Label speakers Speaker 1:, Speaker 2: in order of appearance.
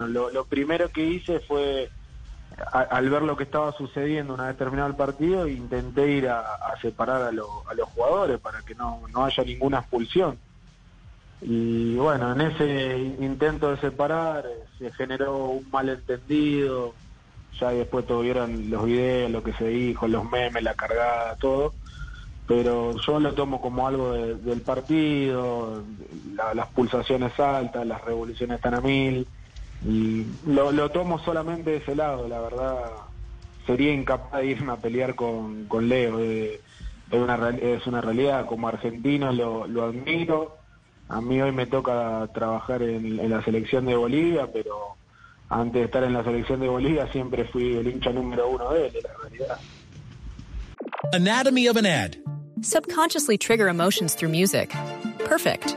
Speaker 1: Lo, lo primero que hice fue, a- al ver lo que estaba sucediendo una vez terminado el partido, intenté ir a, a separar a, lo- a los jugadores para que no, no haya ninguna expulsión. Y bueno, en ese intento de separar eh, se generó un malentendido, ya después tuvieron los videos, lo que se dijo, los memes, la cargada, todo. Pero yo lo tomo como algo de- del partido, la- las pulsaciones altas, las revoluciones están a mil. Y lo, lo tomo solamente de ese lado, la verdad. Sería incapaz de irme a pelear con, con Leo. eh, Es una, real- es una realidad, como argentino lo, lo admiro. A mí hoy me toca trabajar en, en la selección de Bolivia, pero antes de estar en la selección de Bolivia siempre fui el hincha número uno de él, es la realidad.
Speaker 2: Anatomy of an ad.
Speaker 3: Subconsciously trigger emotions through music. Perfect.